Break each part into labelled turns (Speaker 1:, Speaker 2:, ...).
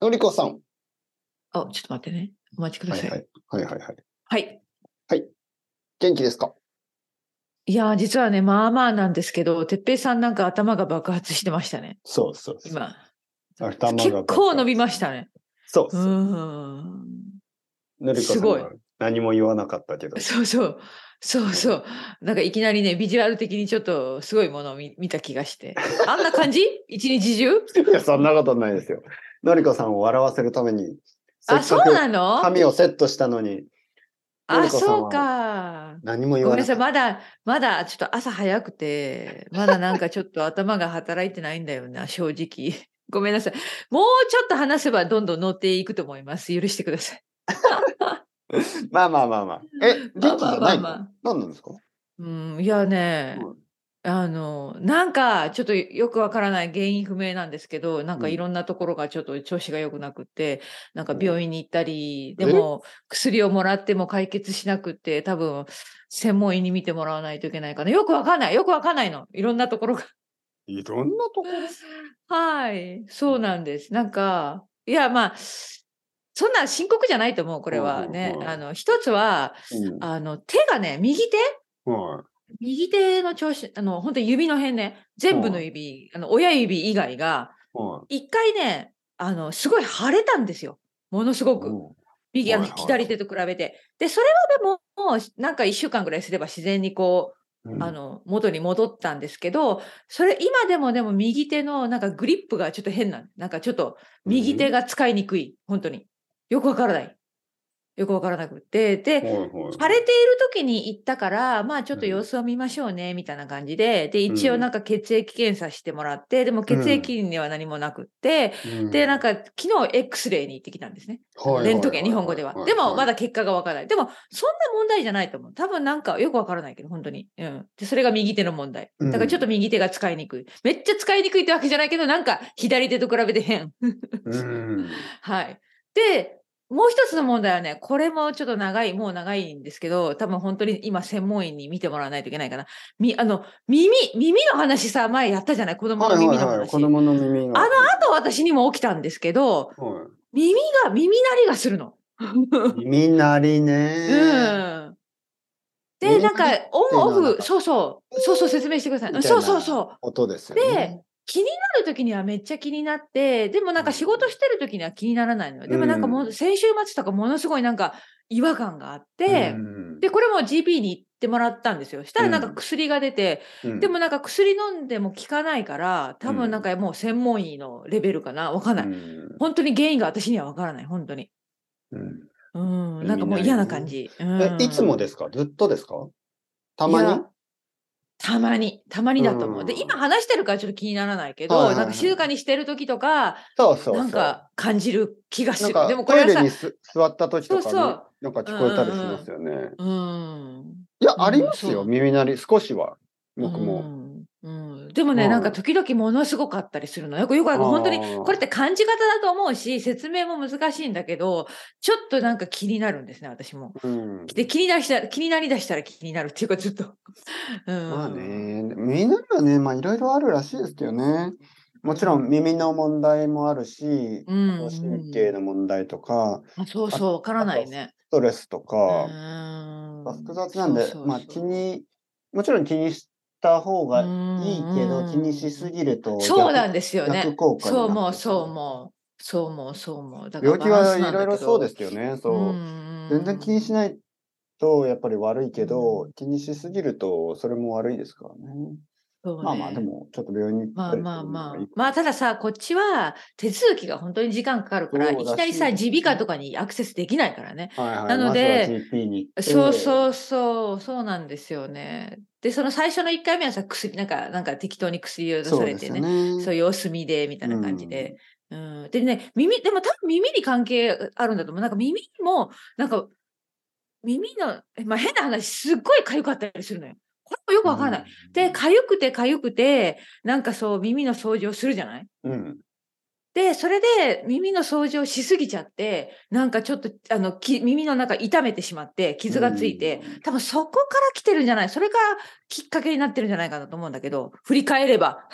Speaker 1: のりこさん。
Speaker 2: あ、ちょっと待ってね。お待ちくだ
Speaker 1: はい
Speaker 2: さい。は
Speaker 1: は
Speaker 2: い。
Speaker 1: い。はいはいはい。
Speaker 2: い、
Speaker 1: 元気ですか
Speaker 2: やー、実はね、まあまあなんですけど、てっぺいさんなんか頭が爆発してましたね。
Speaker 1: そうそうそう。
Speaker 2: 今。
Speaker 1: 頭が
Speaker 2: 結構伸びましたね。
Speaker 1: そう
Speaker 2: う
Speaker 1: そう。
Speaker 2: ーん。
Speaker 1: のりこさん
Speaker 2: すごい
Speaker 1: は何も言わなかったけど。
Speaker 2: そうそう。そうそう。なんかいきなりね、ビジュアル的にちょっとすごいものを見見た気がして。あんな感じ一日中
Speaker 1: いや、そんなことないですよ。のりこさんを笑わせるために、せ
Speaker 2: あ、
Speaker 1: っ
Speaker 2: そ
Speaker 1: か
Speaker 2: う
Speaker 1: く
Speaker 2: なの
Speaker 1: 髪をセットしたのに、のり
Speaker 2: あ、
Speaker 1: こさんは
Speaker 2: そうか。
Speaker 1: 何も言
Speaker 2: ごめ
Speaker 1: わ
Speaker 2: んな
Speaker 1: な
Speaker 2: さ
Speaker 1: か
Speaker 2: い、ま
Speaker 1: った。
Speaker 2: だ、まだちょっと朝早くて、まだなんかちょっと頭が働いてないんだよな、 正直。ごめんなさい。もうちょっと話せばどんどん乗っていくと思います。許してください。
Speaker 1: まあまあまあまあ。え、元気じゃ
Speaker 2: まあま
Speaker 1: ない
Speaker 2: あまあ
Speaker 1: の
Speaker 2: ま
Speaker 1: 何なんですか
Speaker 2: うん、いやね、
Speaker 1: うん
Speaker 2: あの、なんかちょっとよくわからない原因不明なんですけど、なんか
Speaker 1: うん
Speaker 2: いろんなところがちょっと調子が良くなくって、なんか
Speaker 1: うん
Speaker 2: 病院に行ったり、
Speaker 1: え
Speaker 2: でも薬をもらっても解決しなくって、多分専門医に見てもらわないといけないかな。よくわかんない、よくわかんないの。いろんなところが。
Speaker 1: いろんなとこ。
Speaker 2: はい、そうなんです。なんか、いや、まあ、そんな深刻じゃないと思う、これはね
Speaker 1: うんうん。うん
Speaker 2: あの、一つは、
Speaker 1: うん
Speaker 2: あの、手がね、右手
Speaker 1: は
Speaker 2: 右手の調子、あの、本当に指の辺ね、全部の指、あの、親指以外が、
Speaker 1: い。は
Speaker 2: 一回ね、あの、すごい腫れたんですよ。ものすご
Speaker 1: い。
Speaker 2: く。
Speaker 1: うん
Speaker 2: 右、あの
Speaker 1: はいはい
Speaker 2: 左手と比べて。で、それはでも、もう、なんか一週間ぐらいすれば自然にこう、
Speaker 1: うん
Speaker 2: あの元に戻ったんですけどそれ今でもでも右手のなんかグリップがちょっと変ななんかちょっと右手が使いにくい、本当によくわからないよくわからなくてで、
Speaker 1: はいはい
Speaker 2: 腫れている時に行ったから、まあちょっと様子を見ましょうね、みたいな感じで、で、一応なんか血液検査してもらって、でも血液には何もなくって、
Speaker 1: うん
Speaker 2: で、なんか昨日 X レイに行ってきたんですね。
Speaker 1: はいはいはいはい
Speaker 2: レントゲン、日本語では。でもまだ結果がわからない。でも、そんな問題じゃないと思う。多分なんかよくわからないけど、本当に。うん。で、それが右手の問題。だからちょっと右手が使いにくい。めっちゃ使いにくいってわけじゃないけど、なんか左手と比べて変。
Speaker 1: うん
Speaker 2: はい。で、もう一つの問題はね、これもちょっと長い、もう長いんですけど、多分本当に今専門医に見てもらわないといけないかな。み、あの、耳、耳の話さ、前やったじゃない子供
Speaker 1: は
Speaker 2: の
Speaker 1: いは
Speaker 2: 耳
Speaker 1: い
Speaker 2: の
Speaker 1: はい。
Speaker 2: 話。
Speaker 1: 子供の耳が。
Speaker 2: あのあと私にも起きたんですけど、
Speaker 1: は
Speaker 2: 耳が、耳鳴りがするの。
Speaker 1: い耳鳴り
Speaker 2: うん。
Speaker 1: ね。耳鳴
Speaker 2: で、
Speaker 1: り
Speaker 2: なんか、オンオ
Speaker 1: なん
Speaker 2: フ、
Speaker 1: か
Speaker 2: そうそう、そうそう説明してください。う
Speaker 1: み
Speaker 2: ん
Speaker 1: たい
Speaker 2: そ
Speaker 1: な
Speaker 2: うそうそう。
Speaker 1: 音ですよね。
Speaker 2: 気になる時にはめっちゃ気になって、でもなんか仕事してる時には気にならないのよ。でもなんかも
Speaker 1: う
Speaker 2: う先週末とかものすごいなんか違和感があって
Speaker 1: う、
Speaker 2: で、これも GP に行ってもらったんですよ。したらなん
Speaker 1: う
Speaker 2: か
Speaker 1: ん
Speaker 2: 薬が出て、
Speaker 1: ん、
Speaker 2: でもなんか薬飲んでも効かないから、多分なんかもう専門医のレベルかな。わかんない。
Speaker 1: うん
Speaker 2: 本当に原因が私にはわからない。本当に。
Speaker 1: うん
Speaker 2: うん。なんかもう嫌な感じ。うん
Speaker 1: え、いつもですかずっとですかたま
Speaker 2: い
Speaker 1: に
Speaker 2: やたまに、たまにだと思う。
Speaker 1: う
Speaker 2: で、
Speaker 1: ん
Speaker 2: 今話してるからちょっと気にならないけど、
Speaker 1: はいはいはい
Speaker 2: なんか静かにしてる時とか、
Speaker 1: そうそうそう。
Speaker 2: なんか感じる気がす
Speaker 1: なん
Speaker 2: る。
Speaker 1: か
Speaker 2: でもこ
Speaker 1: ト
Speaker 2: れは
Speaker 1: イレ
Speaker 2: さ
Speaker 1: に、す座った時とかに
Speaker 2: そうそう
Speaker 1: なんか聞こえたりしますよね。
Speaker 2: うん。
Speaker 1: いや、ありますよ、
Speaker 2: うんそう
Speaker 1: 耳鳴り、少しは。僕も。
Speaker 2: うん。うん、でもね、
Speaker 1: うん
Speaker 2: なんか時々ものすごかったりするの。よくよくある本当に、
Speaker 1: あー
Speaker 2: これって感じ方だと思うし、説明も難しいんだけど、ちょっとなんか気になるんですね、私も。
Speaker 1: うん。
Speaker 2: で、気になりした気になりだしたら気になるっていうか、ずっと。うん。
Speaker 1: まあね、耳鳴りはね、まあいろいろあるらしいですけどね。もちろん耳の問題もあるし、
Speaker 2: うん。う
Speaker 1: 神経
Speaker 2: ん。
Speaker 1: の問題とか、
Speaker 2: あそうそう、わからないね。
Speaker 1: ストレスとか、
Speaker 2: うーん
Speaker 1: 複雑なんで、
Speaker 2: そうそうそう
Speaker 1: まあ気に、もちろん気にした方がいいけ
Speaker 2: う
Speaker 1: ど、
Speaker 2: ん
Speaker 1: 気にしすぎると、
Speaker 2: そうなんですよね
Speaker 1: 逆効。果にな
Speaker 2: そう
Speaker 1: って
Speaker 2: もう
Speaker 1: し
Speaker 2: そう
Speaker 1: まう
Speaker 2: 思う。そう思うそう思う。だ
Speaker 1: 病気は
Speaker 2: バランス
Speaker 1: い
Speaker 2: なんだ
Speaker 1: ろい
Speaker 2: け
Speaker 1: ろ
Speaker 2: ど
Speaker 1: そうですよね。そう。
Speaker 2: ん
Speaker 1: 全然気にし
Speaker 2: い。
Speaker 1: ないとやっぱり悪いけど、
Speaker 2: う
Speaker 1: 気にしすぎるとそれも悪いですからね。
Speaker 2: そうね
Speaker 1: まあまあで。もちょっと病院に行
Speaker 2: ま
Speaker 1: っ
Speaker 2: あ
Speaker 1: たりする
Speaker 2: まあ
Speaker 1: のが
Speaker 2: ま
Speaker 1: いい
Speaker 2: あ。まあたださ、こっちは手続きが本当に時間かかるから、
Speaker 1: そうだ
Speaker 2: い
Speaker 1: し
Speaker 2: きなりさ、耳鼻科とかにアクセスできないからね。
Speaker 1: はいはい、
Speaker 2: なので
Speaker 1: まずは GP に行って
Speaker 2: そうそうそう、そうなんですよね。で、その最初の1回目はさ、薬、なんか、なんか適当に薬を出
Speaker 1: そ
Speaker 2: さ
Speaker 1: う
Speaker 2: れ
Speaker 1: です
Speaker 2: て
Speaker 1: よ
Speaker 2: ね。
Speaker 1: ね。
Speaker 2: そう様子見でみたいな感じで。うん、でね、耳、でも多分耳に関係あるんだと思う。なんか耳も、なんか、耳の、えまあ、変な話、すっごい痒かったりするのよ。これもよくわからない。で、痒くて痒くて、なんかそう、耳の掃除をするじゃない
Speaker 1: うん、うん
Speaker 2: で、それで耳の掃除をしすぎちゃって、なんかちょっと、あの、き耳の中痛めてしまって、傷がついて、多分そこから来てるんじゃないそれがきっかけになってるんじゃないかなと思うんだ けど、振り返れば。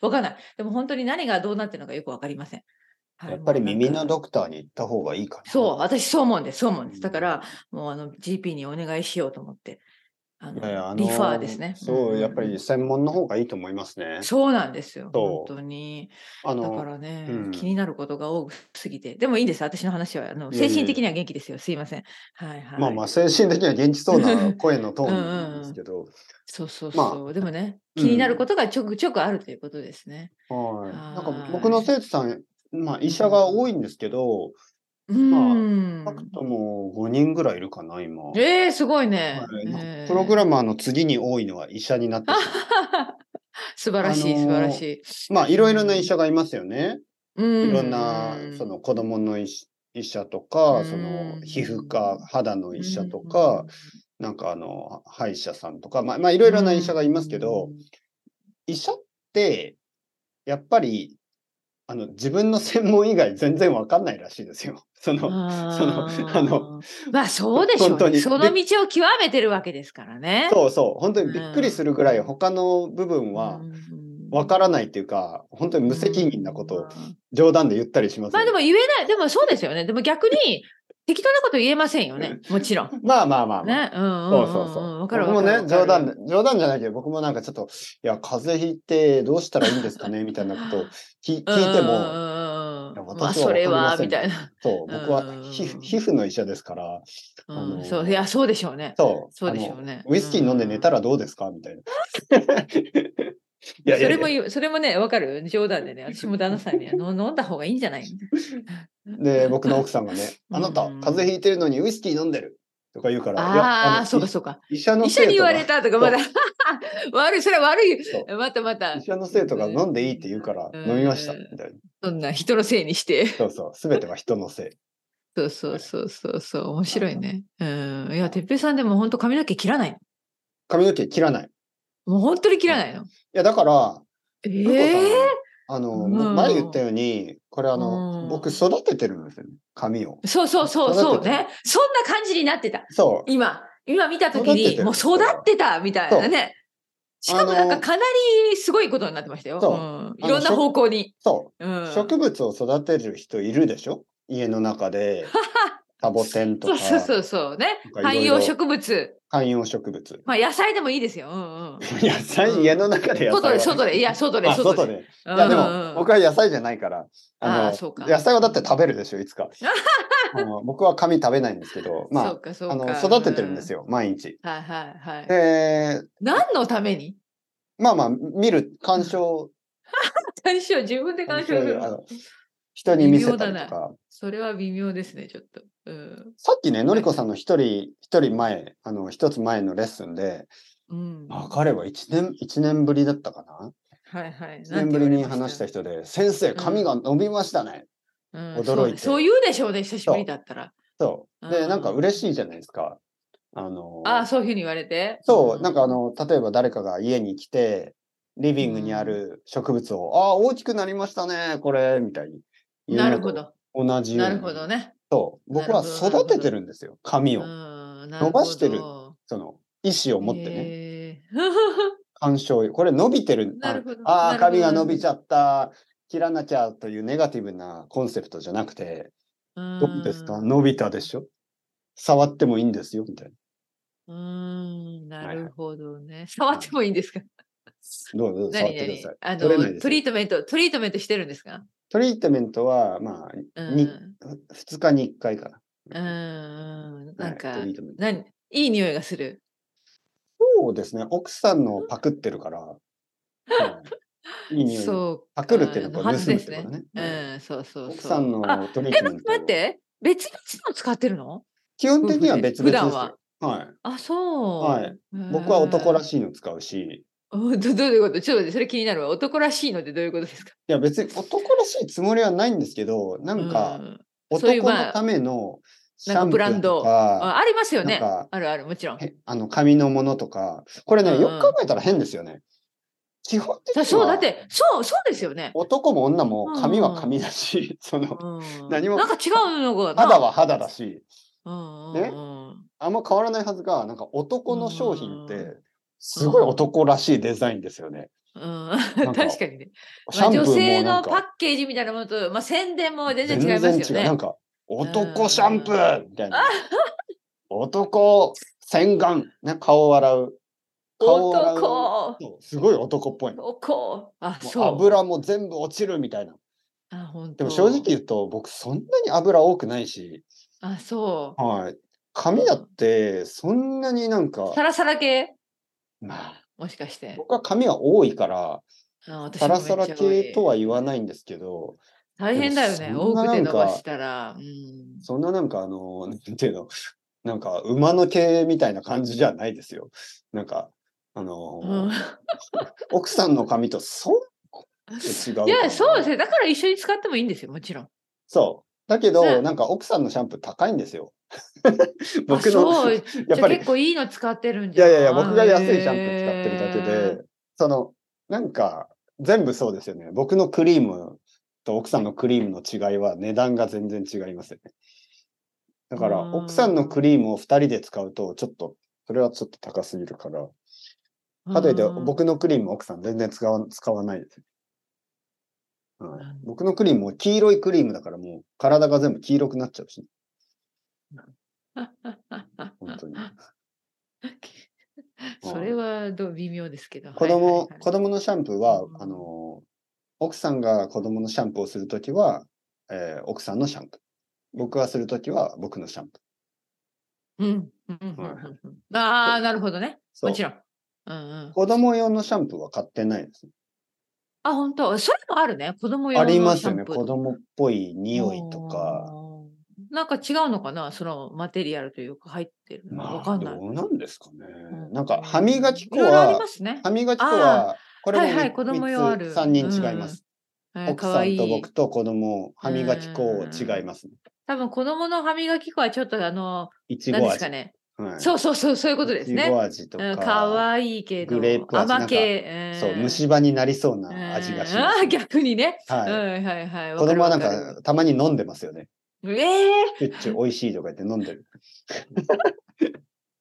Speaker 2: わかんない。でも本当に何がどうなってるのかよくわかりません。はい
Speaker 1: やっぱり
Speaker 2: もうなんか
Speaker 1: 耳のドクターに行った方がいいかな。
Speaker 2: そう、私そう思うんです、そう思うんです。だか
Speaker 1: うん
Speaker 2: ら、もうあの GP にお願いしようと思って、あの
Speaker 1: いやいやあの
Speaker 2: リファーですね。ん
Speaker 1: そ
Speaker 2: ん
Speaker 1: う、
Speaker 2: ん
Speaker 1: やっぱり専門の方がいいと思いますね。
Speaker 2: そうなんですよ、
Speaker 1: そ
Speaker 2: 本
Speaker 1: う
Speaker 2: 当に。
Speaker 1: あ
Speaker 2: だか
Speaker 1: の、
Speaker 2: らね、
Speaker 1: うん
Speaker 2: 気になることが多すぎて、でもいいんです、私の話は。あの
Speaker 1: いやいやいや
Speaker 2: 精神的には元気ですよ、すいません。はいはい。
Speaker 1: まあまあ、精神的には元気そう な声のトーンなんですけど、
Speaker 2: そうそう
Speaker 1: まあ
Speaker 2: そう、でもね、
Speaker 1: うん
Speaker 2: 気になることがちょくちょくあるということですね。
Speaker 1: はい。なんか
Speaker 2: はい
Speaker 1: 僕の生徒さん、まあ医者が多いんですけど、
Speaker 2: う
Speaker 1: 少
Speaker 2: ん
Speaker 1: な。くとも5人ぐらいいるかな、今。
Speaker 2: えー、すごいね。
Speaker 1: はい
Speaker 2: え
Speaker 1: なんか
Speaker 2: ー
Speaker 1: プログラマーの次に多いのは医者になってしま
Speaker 2: 素晴らしい、
Speaker 1: あのー
Speaker 2: 素晴らし
Speaker 1: う。まあ、いろいろな医者がいますよね。
Speaker 2: い。うん
Speaker 1: いろんな、その子供の医師医者とか、そうの
Speaker 2: ん
Speaker 1: 皮膚科、肌の医者とか、、なんかあの、歯医者さんとか、まあ、まあ、いろいろな医者がいますけど、医者って、やっぱり、あの、自分の専門以外全然わかんないらしいですよ。 そ
Speaker 2: うん、
Speaker 1: の、その
Speaker 2: ー
Speaker 1: あの、
Speaker 2: まあそうでしょ
Speaker 1: 本
Speaker 2: う、
Speaker 1: 当
Speaker 2: ね。
Speaker 1: に
Speaker 2: その道を極めてるわけですからね。
Speaker 1: そうそう、本当にびっくりするぐらい
Speaker 2: うん
Speaker 1: 他の部分はわ
Speaker 2: る
Speaker 1: からないっていうか、本当に無責任なことを
Speaker 2: まあ
Speaker 1: 冗談で言ったりします
Speaker 2: ま
Speaker 1: よ
Speaker 2: あ
Speaker 1: ね
Speaker 2: でも言えない、でもそうですよね。でも逆に適当なこと言えませんよ ね。もちろん。
Speaker 1: まあまあまあま
Speaker 2: ね。
Speaker 1: あ。
Speaker 2: うん、うん
Speaker 1: そ
Speaker 2: ん
Speaker 1: うそうそ
Speaker 2: んん
Speaker 1: う。
Speaker 2: わかるわ
Speaker 1: 僕も
Speaker 2: かる
Speaker 1: ね、冗談
Speaker 2: で。
Speaker 1: で、冗談じゃないけど、僕もなんかちょっと、いや、風邪ひいてどうしたらいいんですかねみたいなことを聞聞いて
Speaker 2: うん
Speaker 1: も、
Speaker 2: うんうんうん
Speaker 1: いや私は
Speaker 2: まあそれ
Speaker 1: わ
Speaker 2: は、
Speaker 1: かり
Speaker 2: みた
Speaker 1: ません
Speaker 2: いな。
Speaker 1: そう、僕は皮
Speaker 2: うん
Speaker 1: 膚皮膚の医者ですから、
Speaker 2: う
Speaker 1: あの
Speaker 2: ん、そういや、そうでしょうね。
Speaker 1: そう、
Speaker 2: そうでしょう
Speaker 1: あ
Speaker 2: ね
Speaker 1: のウイスキー飲んで寝たらどうですかみたいな。いやいやいや
Speaker 2: それも言う、それもね、わかる。冗談でね、私も旦那さ んにはの飲んだ方がいいんじゃない
Speaker 1: で、僕の奥さんがね、
Speaker 2: うん
Speaker 1: あなた、風邪ひいてるのにウイスキー飲んでるとか言うから、いや
Speaker 2: ああ、
Speaker 1: の
Speaker 2: そうかそうか。
Speaker 1: 医者の
Speaker 2: 医者
Speaker 1: 生
Speaker 2: に
Speaker 1: 徒
Speaker 2: 言わ
Speaker 1: が
Speaker 2: れたとか、まだ。 悪い、それは悪い
Speaker 1: そ。
Speaker 2: またまた
Speaker 1: 医、者の生徒が飲んでいいって言うから
Speaker 2: うん
Speaker 1: 飲みました。みたいな。
Speaker 2: そんな人のせいにして。
Speaker 1: そうそう、すべては人のせい。
Speaker 2: そうそうそうそうそう、面白いね。うん。いや、てっぺいさんでも本当髪の毛切らないの。
Speaker 1: 髪の毛切らない。い
Speaker 2: もう本当に切らないの。
Speaker 1: や、だから、
Speaker 2: え
Speaker 1: ルコさん
Speaker 2: え
Speaker 1: あの、
Speaker 2: うん
Speaker 1: 前言ったように、これあの、
Speaker 2: うん
Speaker 1: 僕育ててるんですよね、髪を。
Speaker 2: そうそうそうそう
Speaker 1: 育てて
Speaker 2: ね。そんな感じになってた。
Speaker 1: そ
Speaker 2: 今、今見た時
Speaker 1: 育てて
Speaker 2: に、
Speaker 1: る
Speaker 2: もう育ってたみたいなね。しかもなん
Speaker 1: あ
Speaker 2: か
Speaker 1: の
Speaker 2: かなりすごいことになってましたよ。
Speaker 1: そう
Speaker 2: うん、
Speaker 1: の
Speaker 2: いろんな
Speaker 1: しょ
Speaker 2: 方向に
Speaker 1: う、。そ
Speaker 2: うん
Speaker 1: う。。植物を育てる人いるでしょ家の中 で、サボテン
Speaker 2: そ
Speaker 1: とか
Speaker 2: う、そうそうそうね
Speaker 1: なん。か
Speaker 2: 観
Speaker 1: いろいろ
Speaker 2: 葉植物。
Speaker 1: 観葉植物。
Speaker 2: まあ野菜でもいいですよ。うんうん。
Speaker 1: 野菜、家の中で 野菜
Speaker 2: 外で、
Speaker 1: は。
Speaker 2: 外で、いや、外で、
Speaker 1: あ外
Speaker 2: 外で。
Speaker 1: で。いや、で
Speaker 2: うんうんう
Speaker 1: も、
Speaker 2: ん
Speaker 1: 僕は野菜じゃないから、
Speaker 2: あ
Speaker 1: あ
Speaker 2: ー
Speaker 1: の
Speaker 2: そうか
Speaker 1: 野菜はだって食べるでしょ、い つか。あの僕は髪食べないんですけ
Speaker 2: そ
Speaker 1: ど、ま
Speaker 2: うか、そ
Speaker 1: あ、
Speaker 2: う
Speaker 1: あの
Speaker 2: か。
Speaker 1: 育ててるんです
Speaker 2: よ。
Speaker 1: よ、毎日。
Speaker 2: はいはいはい。
Speaker 1: で、
Speaker 2: 何のため に
Speaker 1: まあまあ、見る、鑑賞、
Speaker 2: 鑑賞自分で 鑑賞する
Speaker 1: あの人に見せた
Speaker 2: 微妙
Speaker 1: りと
Speaker 2: だ
Speaker 1: か。
Speaker 2: それは微妙ですねちょっと、うん
Speaker 1: さっきね、のりこさんの一人、一人前、あの、一つ前のレッスンで、
Speaker 2: うん、
Speaker 1: まあ、彼は一年、一年ぶりだったかな
Speaker 2: はいはい
Speaker 1: 一年ぶりに話した
Speaker 2: 人、
Speaker 1: 人で、先生、髪が伸びましたね。
Speaker 2: うん
Speaker 1: 驚いて
Speaker 2: そうねそう言うでしょうね久しぶりだったら
Speaker 1: そう。
Speaker 2: う
Speaker 1: で、
Speaker 2: ん
Speaker 1: なんか嬉しいじゃないですか。あの、
Speaker 2: ああそういうふうに言われて
Speaker 1: そう、なんかあの、例えば誰かが家に来て、リビングにある植物を、ああ、大きくなりましたね、これ、みたいに。
Speaker 2: なるほ。ど
Speaker 1: 同じよう
Speaker 2: な
Speaker 1: に。
Speaker 2: るほどね
Speaker 1: そう。僕は
Speaker 2: なるほど
Speaker 1: 育ててるんですよ、髪を。
Speaker 2: 伸
Speaker 1: 伸ばしてるその、意思を持ってね、
Speaker 2: ね
Speaker 1: 干渉。これ伸びてる。
Speaker 2: なるほど
Speaker 1: ああー、
Speaker 2: なるほど
Speaker 1: 髪が伸びちゃった。切らなきゃというネガティブなコンセプトじゃなくて、どうですか伸びたでしょ触ってもいいんですよ、みたいな。
Speaker 2: うんなるほどね、触ってもいいんですか
Speaker 1: どうぞ、触っ
Speaker 2: 何
Speaker 1: て
Speaker 2: 何
Speaker 1: ください。
Speaker 2: あの
Speaker 1: 取れないです
Speaker 2: ト
Speaker 1: よ
Speaker 2: リートメントトリートメントしてるんですか
Speaker 1: トリートメントは、まあ、
Speaker 2: うん
Speaker 1: に2日に1回か
Speaker 2: う
Speaker 1: な。
Speaker 2: んうん
Speaker 1: は
Speaker 2: なん
Speaker 1: い
Speaker 2: か、
Speaker 1: トリートメント
Speaker 2: 何いい匂いがする。
Speaker 1: そうですね。奥さんのパクってる から。はいいい匂い。
Speaker 2: そう。
Speaker 1: パクるっていうの
Speaker 2: あ
Speaker 1: は
Speaker 2: の
Speaker 1: 盗むってことね。
Speaker 2: はずです
Speaker 1: はい
Speaker 2: うん、そうそうそう。
Speaker 1: 奥さんの
Speaker 2: あ
Speaker 1: トリー
Speaker 2: え、
Speaker 1: ト
Speaker 2: 待っ
Speaker 1: メン
Speaker 2: て
Speaker 1: ト。
Speaker 2: 待って。別々の使ってるの
Speaker 1: 基本的には別々です
Speaker 2: 夫婦で
Speaker 1: よ。はい。
Speaker 2: あ、そう。
Speaker 1: はい
Speaker 2: へー。
Speaker 1: 僕は男ら
Speaker 2: い。
Speaker 1: しいの使うし、
Speaker 2: どどういうことちょっと待ってそれ気になるわ。男らしいのってどういうことですか
Speaker 1: いや別に男らしいつもりはないんですけど、なん
Speaker 2: う
Speaker 1: か
Speaker 2: んそういう
Speaker 1: 男
Speaker 2: まあ
Speaker 1: のためのシ
Speaker 2: なんか
Speaker 1: ャンプ
Speaker 2: ブラ
Speaker 1: ー
Speaker 2: ンド
Speaker 1: とか、
Speaker 2: あありますよね
Speaker 1: なんか。
Speaker 2: あるある、もちろん。
Speaker 1: へあの紙のものとか、これ
Speaker 2: うん
Speaker 1: ね、
Speaker 2: うん
Speaker 1: よく考えたら変ですよね。基本的
Speaker 2: だそう、だっ
Speaker 1: には
Speaker 2: て、そう、そうですよね。
Speaker 1: 男も女も髪は
Speaker 2: うん
Speaker 1: 髪だし、 その
Speaker 2: うん
Speaker 1: 何も
Speaker 2: なんか違うのがな。
Speaker 1: 肌は肌だし、
Speaker 2: うんうん
Speaker 1: ね
Speaker 2: うん。
Speaker 1: あんま変わらないはずが、なんか男の商品っ
Speaker 2: う
Speaker 1: て
Speaker 2: ん、
Speaker 1: すごい男らしいデザインですよね。
Speaker 2: ううん
Speaker 1: んか
Speaker 2: 確かにね。
Speaker 1: シ
Speaker 2: ま
Speaker 1: ャ
Speaker 2: あ、
Speaker 1: ンプー
Speaker 2: 女性
Speaker 1: もな
Speaker 2: の
Speaker 1: ん
Speaker 2: パッ
Speaker 1: か
Speaker 2: ケージみたいなものと、まあ、宣伝も全然
Speaker 1: 全
Speaker 2: 違い
Speaker 1: 然違う。
Speaker 2: ますよ
Speaker 1: な
Speaker 2: ね
Speaker 1: ん。か、男シャンプーみた いな。男洗顔。ね、顔を洗う。顔を洗う。
Speaker 2: 男
Speaker 1: そうすごい男っぽいの。も
Speaker 2: 男あ、
Speaker 1: う
Speaker 2: そう。
Speaker 1: 油も全部落ちるみたいな。
Speaker 2: あ、本当
Speaker 1: でも正直。言うと、僕そんなに油多くないし、
Speaker 2: あ、そ
Speaker 1: はい。髪だってそんなになんか
Speaker 2: う。サ、ラサラ系
Speaker 1: まあ、
Speaker 2: もしかして。
Speaker 1: 僕は髪は多いから、
Speaker 2: あ私
Speaker 1: サ
Speaker 2: もめ
Speaker 1: ラ
Speaker 2: っちゃ
Speaker 1: サラ系と
Speaker 2: 多い
Speaker 1: は言わないんですけど、
Speaker 2: 大変だよ
Speaker 1: で
Speaker 2: ね。
Speaker 1: もそん
Speaker 2: 多
Speaker 1: な
Speaker 2: くて
Speaker 1: な
Speaker 2: 伸
Speaker 1: んか
Speaker 2: ばしたら。うん、
Speaker 1: そんななんかあの、 なんていうの、なんか馬の毛みたいな感じじゃないですよ。なんか、あの、
Speaker 2: うん
Speaker 1: 奥さんの髪とそう違うかな。
Speaker 2: いや、そうですね。だから一緒に使ってもいいんですよ、もちろん。
Speaker 1: そう。だけど、
Speaker 2: ね
Speaker 1: なんか奥さんのシャンプー高いんですよ。僕
Speaker 2: あそ
Speaker 1: の、
Speaker 2: う
Speaker 1: や
Speaker 2: じゃ
Speaker 1: っ
Speaker 2: あ
Speaker 1: ぱり
Speaker 2: 結、構いいの使ってるん
Speaker 1: い
Speaker 2: じゃん
Speaker 1: やいやいや、僕が安いシャンプー使ってるだけ
Speaker 2: へ
Speaker 1: で、その、なんか、全部そうですよね。僕のクリームと奥さんのクリームの違いは値段が全然違いますよね。だから、
Speaker 2: うん
Speaker 1: 奥さんのクリームを2人で使うと、ちょっと、それはちょっと高すぎるから、
Speaker 2: ー
Speaker 1: かといって
Speaker 2: うん
Speaker 1: 僕のクリーム奥さん全然使わ使わないですね。はい
Speaker 2: なん、
Speaker 1: 僕のクリームも黄色いクリームだからもう体が全部黄色くなっちゃうし、 本当に。
Speaker 2: それはどう微妙ですけど。
Speaker 1: 子供、
Speaker 2: はいはい
Speaker 1: 子供のシャンプーは、
Speaker 2: うん
Speaker 1: あの、奥さんが子供のシャンプーをするときは、えー奥さんのシャンプー。僕がするときは僕のシャンプ
Speaker 2: は
Speaker 1: ー。
Speaker 2: いうんうんうんうん
Speaker 1: はい
Speaker 2: うんああ、なるほどね。
Speaker 1: そう
Speaker 2: もちろん。うんうん、
Speaker 1: 子供用のシャンプーは買ってないですね。
Speaker 2: あ、本当それもあるね。子供用
Speaker 1: あ
Speaker 2: の
Speaker 1: りますよ
Speaker 2: シャ
Speaker 1: ね。
Speaker 2: ンプー
Speaker 1: 子供っぽい匂いとか。。
Speaker 2: あーなんか違うのかなそのマテリアルというか入ってるのかわ
Speaker 1: ま
Speaker 2: か
Speaker 1: あ、
Speaker 2: んない。
Speaker 1: どうなんですかね。
Speaker 2: うん
Speaker 1: なんか歯磨き粉
Speaker 2: いろいろあり
Speaker 1: は
Speaker 2: ま、すね。
Speaker 1: 歯磨き粉
Speaker 2: あ
Speaker 1: は、これも
Speaker 2: はいはい
Speaker 1: 三
Speaker 2: 子供
Speaker 1: 三
Speaker 2: 用ある
Speaker 1: つ三人違います。
Speaker 2: えー
Speaker 1: 奥
Speaker 2: か
Speaker 1: さ
Speaker 2: わ
Speaker 1: ん
Speaker 2: い
Speaker 1: と
Speaker 2: い
Speaker 1: 僕。と子供、歯磨き粉違いますね。
Speaker 2: 多分子供の歯磨き粉はちょっとあの、
Speaker 1: いち
Speaker 2: 何
Speaker 1: ご
Speaker 2: です
Speaker 1: 味
Speaker 2: か。ね。
Speaker 1: はい
Speaker 2: そうそうそう、そういうことです
Speaker 1: いち
Speaker 2: ね。
Speaker 1: ご味と
Speaker 2: う
Speaker 1: か。
Speaker 2: んかわいいけど
Speaker 1: グレー、プ味
Speaker 2: 甘系。
Speaker 1: そう、
Speaker 2: ん
Speaker 1: 虫歯になりそうな味がしま
Speaker 2: うんあ
Speaker 1: す
Speaker 2: ー逆にね。
Speaker 1: ね、
Speaker 2: はい、
Speaker 1: は
Speaker 2: はいはい
Speaker 1: い。
Speaker 2: わ
Speaker 1: 子
Speaker 2: かる
Speaker 1: 供は
Speaker 2: わ
Speaker 1: なん
Speaker 2: る
Speaker 1: か、たまに飲んでますよね。
Speaker 2: ええ
Speaker 1: チュッチュ、美味しいとか言って飲んでる。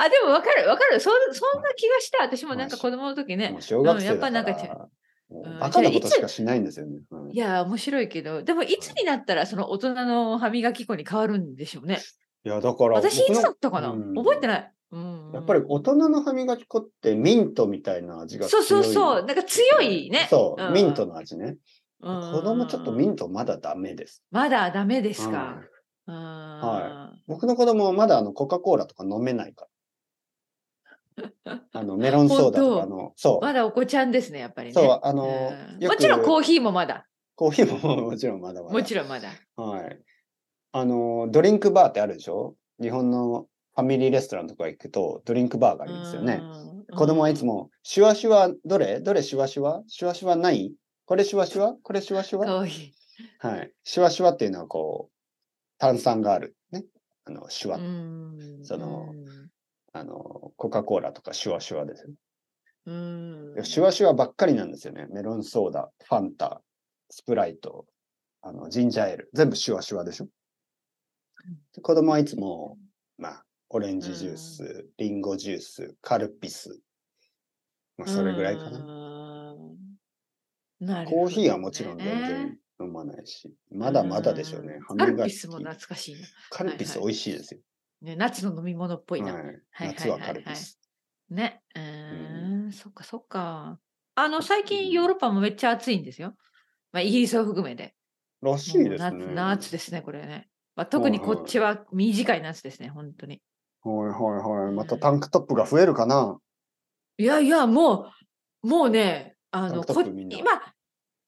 Speaker 2: あ、でもわかるわかる。そんそんな気がした。私もなんか子供の時 ね
Speaker 1: もう。小学
Speaker 2: うんや
Speaker 1: 生
Speaker 2: っぱ
Speaker 1: だ
Speaker 2: な
Speaker 1: か
Speaker 2: んか違
Speaker 1: ら、も
Speaker 2: うん
Speaker 1: うバカなことしかしないんですよね。うん
Speaker 2: いやー、面白いけど、でもいつになったらその大人の歯磨き粉に変わるんでしょうね。
Speaker 1: いや、だから、
Speaker 2: 私い
Speaker 1: 僕の
Speaker 2: つだったかな
Speaker 1: うん
Speaker 2: 覚えてない。うん
Speaker 1: やっぱり大人の歯磨き粉ってミントみたいな味が
Speaker 2: そ
Speaker 1: 強
Speaker 2: う
Speaker 1: い。
Speaker 2: そうそう、なんか強いね。
Speaker 1: そう、
Speaker 2: ん
Speaker 1: ミント。の味ね。
Speaker 2: 子
Speaker 1: 子供ちょっとミ
Speaker 2: ン
Speaker 1: ントまだダメです。
Speaker 2: まだダメです
Speaker 1: う
Speaker 2: か
Speaker 1: ん。
Speaker 2: は
Speaker 1: 僕の子供はまだあのコカ・コーラとか飲めな いから。あのメロンソーダとかの、そ
Speaker 2: まだお子ちゃんですね、やっぱり
Speaker 1: う、
Speaker 2: ね。
Speaker 1: そう、あ
Speaker 2: う
Speaker 1: の、
Speaker 2: ん
Speaker 1: よく
Speaker 2: もちろんコーヒーもまだ。
Speaker 1: コーヒーももちろんまだまだ。
Speaker 2: もちろんまだ。
Speaker 1: はい。あの、ドリンクバーってあるでしょ日本のファミリーレストランとか行くとドリンクバーがありますよね。
Speaker 2: うん
Speaker 1: 子供はいつ。も、シュワシュワ、どれどれシュワシュワシュワシュワないこれシュワシュワこれシュワシュ
Speaker 2: か
Speaker 1: ワ
Speaker 2: わいい。
Speaker 1: はい。シュワシュワっていうのはこう、炭酸がある。ね。あの、シュワ。
Speaker 2: うん
Speaker 1: その、あの、コカ・コーラとかシュワシュワですよね
Speaker 2: うんうん
Speaker 1: シュワシュワばっかりなんですよね。メロンソーダ、ファンタ、スプライト、あのジンジャーエール。全部シュワシュワでしょ。で子供はいつも、まあ、オレンジジュース、リンゴジュース、カルピス。まあ、それぐらいかな。
Speaker 2: な。なるほどね
Speaker 1: コーヒーはもちろん全然飲まないし、まだまだでしょうね。
Speaker 2: う
Speaker 1: 歯
Speaker 2: んカ
Speaker 1: 磨き
Speaker 2: ルピスも懐かしいな。
Speaker 1: カルピ
Speaker 2: は
Speaker 1: ス
Speaker 2: い
Speaker 1: 美
Speaker 2: は
Speaker 1: 味しいですよ。
Speaker 2: ね、夏の飲み物っぽいな。
Speaker 1: はい
Speaker 2: はいはい
Speaker 1: 夏はカルピス。
Speaker 2: ね。うーん、そっかそっか。あの、最近ヨーロッパもめっちゃ暑いんですよ。まあ、イギリスを含めて。
Speaker 1: らしいですね。
Speaker 2: もう夏夏ですね、これね。まあ、特にこっちは短い夏ですね、本当に。
Speaker 1: はいはいはい。またタンクトップが増えるかな。
Speaker 2: いやいや、もう、もうね、あの、
Speaker 1: タンクト
Speaker 2: こ
Speaker 1: ップみんな
Speaker 2: 今、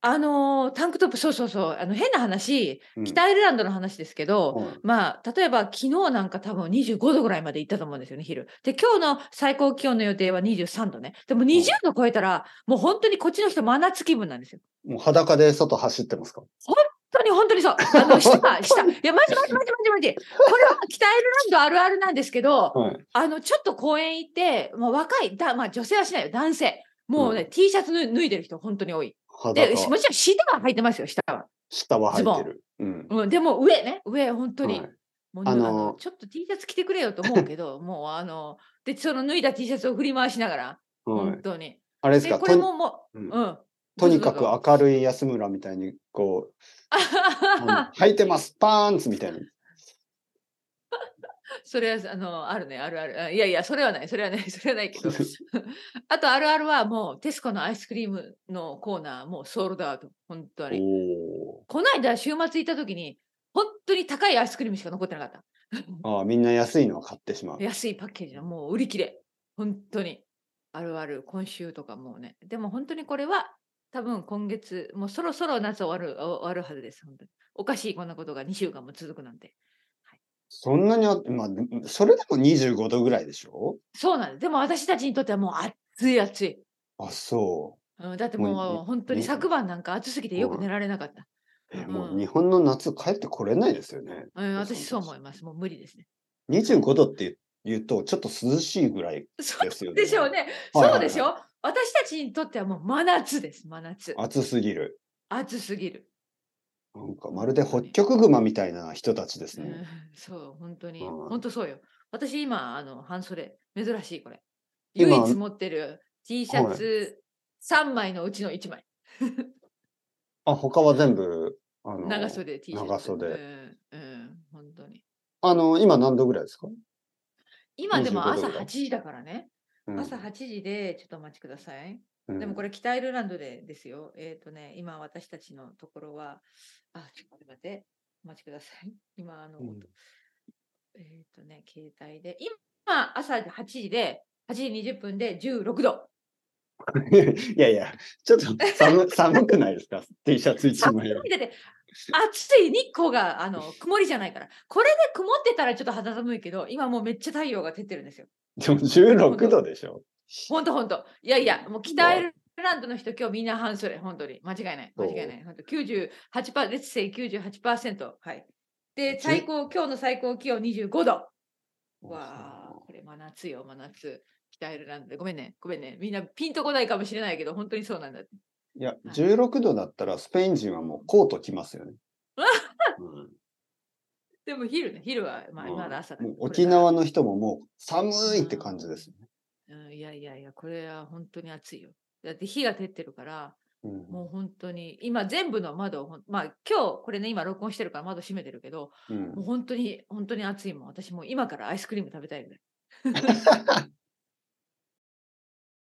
Speaker 2: あのータンクトップ、そうそうそう、あの変な話、
Speaker 1: うん
Speaker 2: 北アイルランドの話ですけど、
Speaker 1: はい
Speaker 2: まあ、例えば昨日なんか多分25度ぐらいまで行ったと思うんですよね、昼。で、今日の最高気温の予定は23度ね。でも20度超えたら、もう本当にこっちの人真夏気分なんですよ。
Speaker 1: もう裸で外走ってますか
Speaker 2: 本当に本当にそう。あの、下、下。いや、マジマジマジマジマジ。これは北アイルランドあるあるなんですけど、
Speaker 1: はい。
Speaker 2: あの、ちょっと公園行って、まあ、若い、だまあ、女性はしないよ、男性。もうね、
Speaker 1: う
Speaker 2: T シャツ脱い脱いでる人、本当に多い。
Speaker 1: 裸
Speaker 2: で、しもちろん下は履いてますよ、下は。
Speaker 1: 下は
Speaker 2: ズボ
Speaker 1: 履い
Speaker 2: ン
Speaker 1: てる。うん。
Speaker 2: うん、でも上ね、上、本当に。
Speaker 1: はい
Speaker 2: もうね
Speaker 1: あ
Speaker 2: あ
Speaker 1: の
Speaker 2: のちょっと T シャツ着て くれよと思うけど、もうあの、で、その脱いだ T シャツを振り回しながら、
Speaker 1: はい
Speaker 2: 本当に。
Speaker 1: あれです
Speaker 2: で
Speaker 1: か
Speaker 2: これ
Speaker 1: と
Speaker 2: ももう、
Speaker 1: う
Speaker 2: うんん。
Speaker 1: とにかく
Speaker 2: あ
Speaker 1: 明るい安村みたいに、 こう、あの履いてます、パーンツみたいな。
Speaker 2: それはあのあるねあるあるあいやいやそれはないそれはないそれはない けどあとあるあるはもうテスコのアイスクリームのコーナーもうソールドアウト本当に
Speaker 1: お
Speaker 2: この間週末行った時に本当に高いアイスクリームしか残ってなかった
Speaker 1: ーああ、みんな安いのは買ってしまう。
Speaker 2: 安いパッケージのもう売り切れ本当にあるある今週とかもうねでも本当にこれは多分今月もうそろそろ夏終わる終わるはずです本当におかしいこんなことが2週間も続くなんて
Speaker 1: そんなにあって、まあ、それでも25度ぐらいでしょ
Speaker 2: そうなんですでも私たちにとってはもう暑い暑い
Speaker 1: あ、そ
Speaker 2: うん、だって
Speaker 1: もう
Speaker 2: もう本当に
Speaker 1: に
Speaker 2: 昨晩なんか暑すぎてよ
Speaker 1: う
Speaker 2: く
Speaker 1: ん
Speaker 2: 寝られなかった。
Speaker 1: う。えも
Speaker 2: う
Speaker 1: うん日本の夏帰ってこれないですよね。
Speaker 2: うん、
Speaker 1: そう
Speaker 2: 私そう
Speaker 1: そう
Speaker 2: 思います。もう無理ですね。
Speaker 1: 25度って言うと、ちょっと涼しいぐらい
Speaker 2: そ
Speaker 1: ですよ
Speaker 2: う
Speaker 1: ね。
Speaker 2: でしょうね。
Speaker 1: はいはい
Speaker 2: そうでしょ私たちにとってはもう真夏です。真夏。
Speaker 1: 暑すぎる。
Speaker 2: 暑すぎる。
Speaker 1: なんかまるで北極熊みたいな人たちです
Speaker 2: う
Speaker 1: ね
Speaker 2: ん。、そう、本当に。
Speaker 1: うん
Speaker 2: 本当そうよ。私今、あの、半袖。珍しい、これ。唯
Speaker 1: 今
Speaker 2: 一持ってる T シャツ3枚のうちの1枚。
Speaker 1: あ、他は全部、あの、
Speaker 2: 長袖 T シャツ。
Speaker 1: 長袖
Speaker 2: うん、うん、本当に。
Speaker 1: あの、今何度ぐらいですか、
Speaker 2: 今でも
Speaker 1: 25度
Speaker 2: 朝
Speaker 1: ぐらい
Speaker 2: 8時だからね。
Speaker 1: うん
Speaker 2: 朝8時で、ちょっとお待ちください。でもこ
Speaker 1: れ、
Speaker 2: れ北アイルランドでですよ。えっ、とね、今私たちのところは、あ、ちょっと待って、お待ちください。 今、あの、
Speaker 1: うん
Speaker 2: えっ、とね、携帯で、今、朝8時で、8時20分で16度。
Speaker 1: いやいや、ちょっと 寒寒く ないですか ?T シャツ一枚は。
Speaker 2: だって暑い日光が、あの、曇りじゃないから。これで曇ってたらちょっと肌寒いけど、今もうめっちゃ太陽が照ってるんですよ。
Speaker 1: でも16度でしょ
Speaker 2: ほんとほんと。いやいや、もう北アイルランドの人、今日みんな半袖、本当に。間違いない。
Speaker 1: そ
Speaker 2: 間
Speaker 1: う
Speaker 2: 違いない。本当98%パー、let's say 98%。はい。で、
Speaker 1: じ
Speaker 2: 最高、今日の最高気温25度。
Speaker 1: そう
Speaker 2: わあ、これ真夏よ、真夏。北アイルランドで。ごめんね、ごめんね。みんなピンとこないかもしれないけど、本当にそうなんだ。
Speaker 1: いや、16度だったらスペイン人はもうコート着ますよね。うん
Speaker 2: でも昼ね、昼は、まあ、
Speaker 1: うん
Speaker 2: 今の朝だ
Speaker 1: もう
Speaker 2: これ
Speaker 1: 沖
Speaker 2: から
Speaker 1: 縄の人ももう寒いって感じですね。
Speaker 2: うんいやいやいや、これは本当に暑いよ。だって火が照ってるから、
Speaker 1: うん
Speaker 2: もう本当に、今全部の窓をほん、まあ今日これね、今録音してるから窓閉めてるけど、
Speaker 1: うん
Speaker 2: もう本当に、本当に暑いもん。私もう今からアイスクリーム食べたいぐらい。